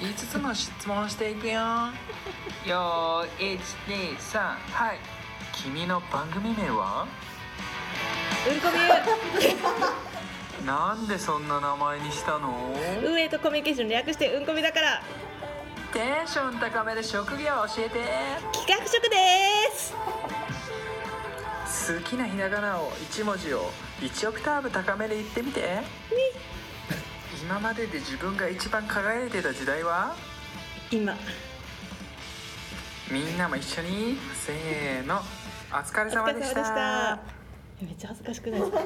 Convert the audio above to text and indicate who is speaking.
Speaker 1: 言いつつも質問していく よよーい123はい君の番組名は
Speaker 2: 売り込
Speaker 1: なんでそんな名前にしたの
Speaker 2: み運営とコミュニケーション略してうんこみだから
Speaker 1: テンション高めで職業教えて
Speaker 2: 企画職でーす
Speaker 1: 好きなひらがなを1文字を1オクターブ高めで言ってみて今までで自分が一番輝いてた時代は
Speaker 2: 今
Speaker 1: みんなも一緒にせーのお疲れ様でした
Speaker 2: めっちゃ恥ずかしくないですか